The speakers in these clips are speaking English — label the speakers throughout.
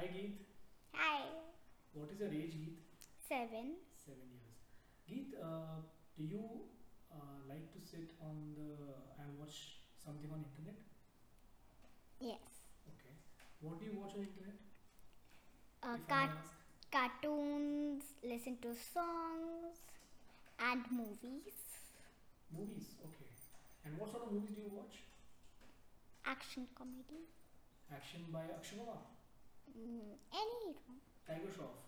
Speaker 1: Geet.
Speaker 2: Hi,
Speaker 1: What is your age, Geet?
Speaker 2: seven.
Speaker 1: Seven years. Geet, uh, do you uh, like to sit on the and watch something on internet?
Speaker 2: Yes.
Speaker 1: Okay. What do you watch on internet? if
Speaker 2: Uh,
Speaker 1: I may
Speaker 2: car-
Speaker 1: ask?
Speaker 2: cartoons, listen to songs, and movies.
Speaker 1: Movies. Okay. And what sort of movies do you watch?
Speaker 2: Action comedy.
Speaker 1: Action by Akshay Kumar,
Speaker 2: Mm, any hero.
Speaker 1: Tiger Shroff,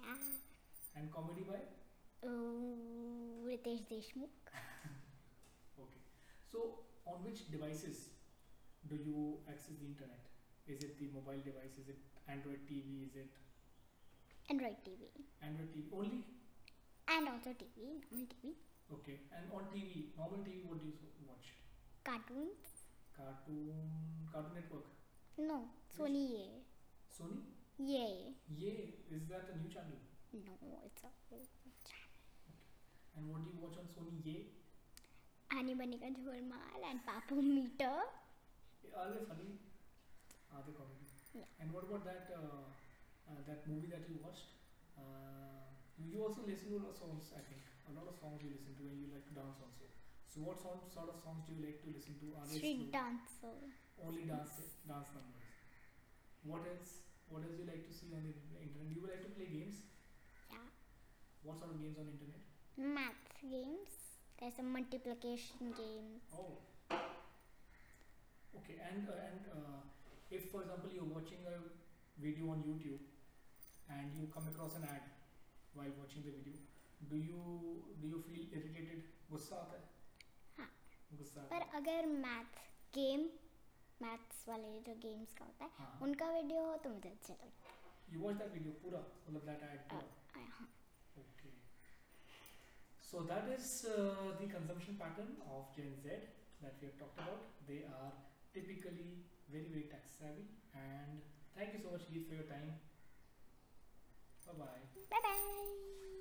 Speaker 2: Yeah.
Speaker 1: and comedy by
Speaker 2: Uh, Ritesh Deshmukh.
Speaker 1: Okay. So, on which devices do you access the internet? Is it the mobile device? Is it Android TV? Is it
Speaker 2: Android TV.
Speaker 1: Android TV only?
Speaker 2: And also TV. Normal TV.
Speaker 1: Okay. And on TV, normal TV, what do you so- watch?
Speaker 2: Cartoons.
Speaker 1: Cartoon, Cartoon Network,
Speaker 2: No. Sony. Ye.
Speaker 1: Sony.
Speaker 2: Yay.
Speaker 1: Yay! Is that a new channel?
Speaker 2: No, it's a old channel.
Speaker 1: And what do you watch on Sony? Yay!
Speaker 2: Ani Bani Ka Jholmal and Papu Meter.
Speaker 1: Are they funny? Are they comedy?
Speaker 2: Yeah.
Speaker 1: And what about that uh, uh, that movie that you watched? Uh, you also listen to a lot of songs, I think. A lot of songs you listen to, and you like to dance also. So, what song, sort of songs do you like to listen to? Are they
Speaker 2: Street
Speaker 1: slow-
Speaker 2: dancer.
Speaker 1: only dance dance numbers? What else? What else you like to see on the internet? Do you like to play games?
Speaker 2: Yeah.
Speaker 1: What sort of games on internet?
Speaker 2: math games. There's a multiplication game.
Speaker 1: Oh. Okay, and uh, and uh, if for example you're watching a video on YouTube and you come across an ad while watching the video, do you do you feel irritated? गुस्सा आता है?
Speaker 2: हाँ.
Speaker 1: गुस्सा आता
Speaker 2: पर
Speaker 1: है.
Speaker 2: अगर math game maths वाले जो गेम्स का होता है
Speaker 1: हाँ.
Speaker 2: उनका वीडियो हो तो मुझे अच्छा लगता
Speaker 1: You watch that video पूरा मतलब that ad पूरा.
Speaker 2: है हाँ
Speaker 1: Okay. So that is uh, the consumption pattern of Gen Z that we have talked about. They are typically very, very tax savvy. And thank you so much, Geet, for your time. Bye bye.
Speaker 2: Bye bye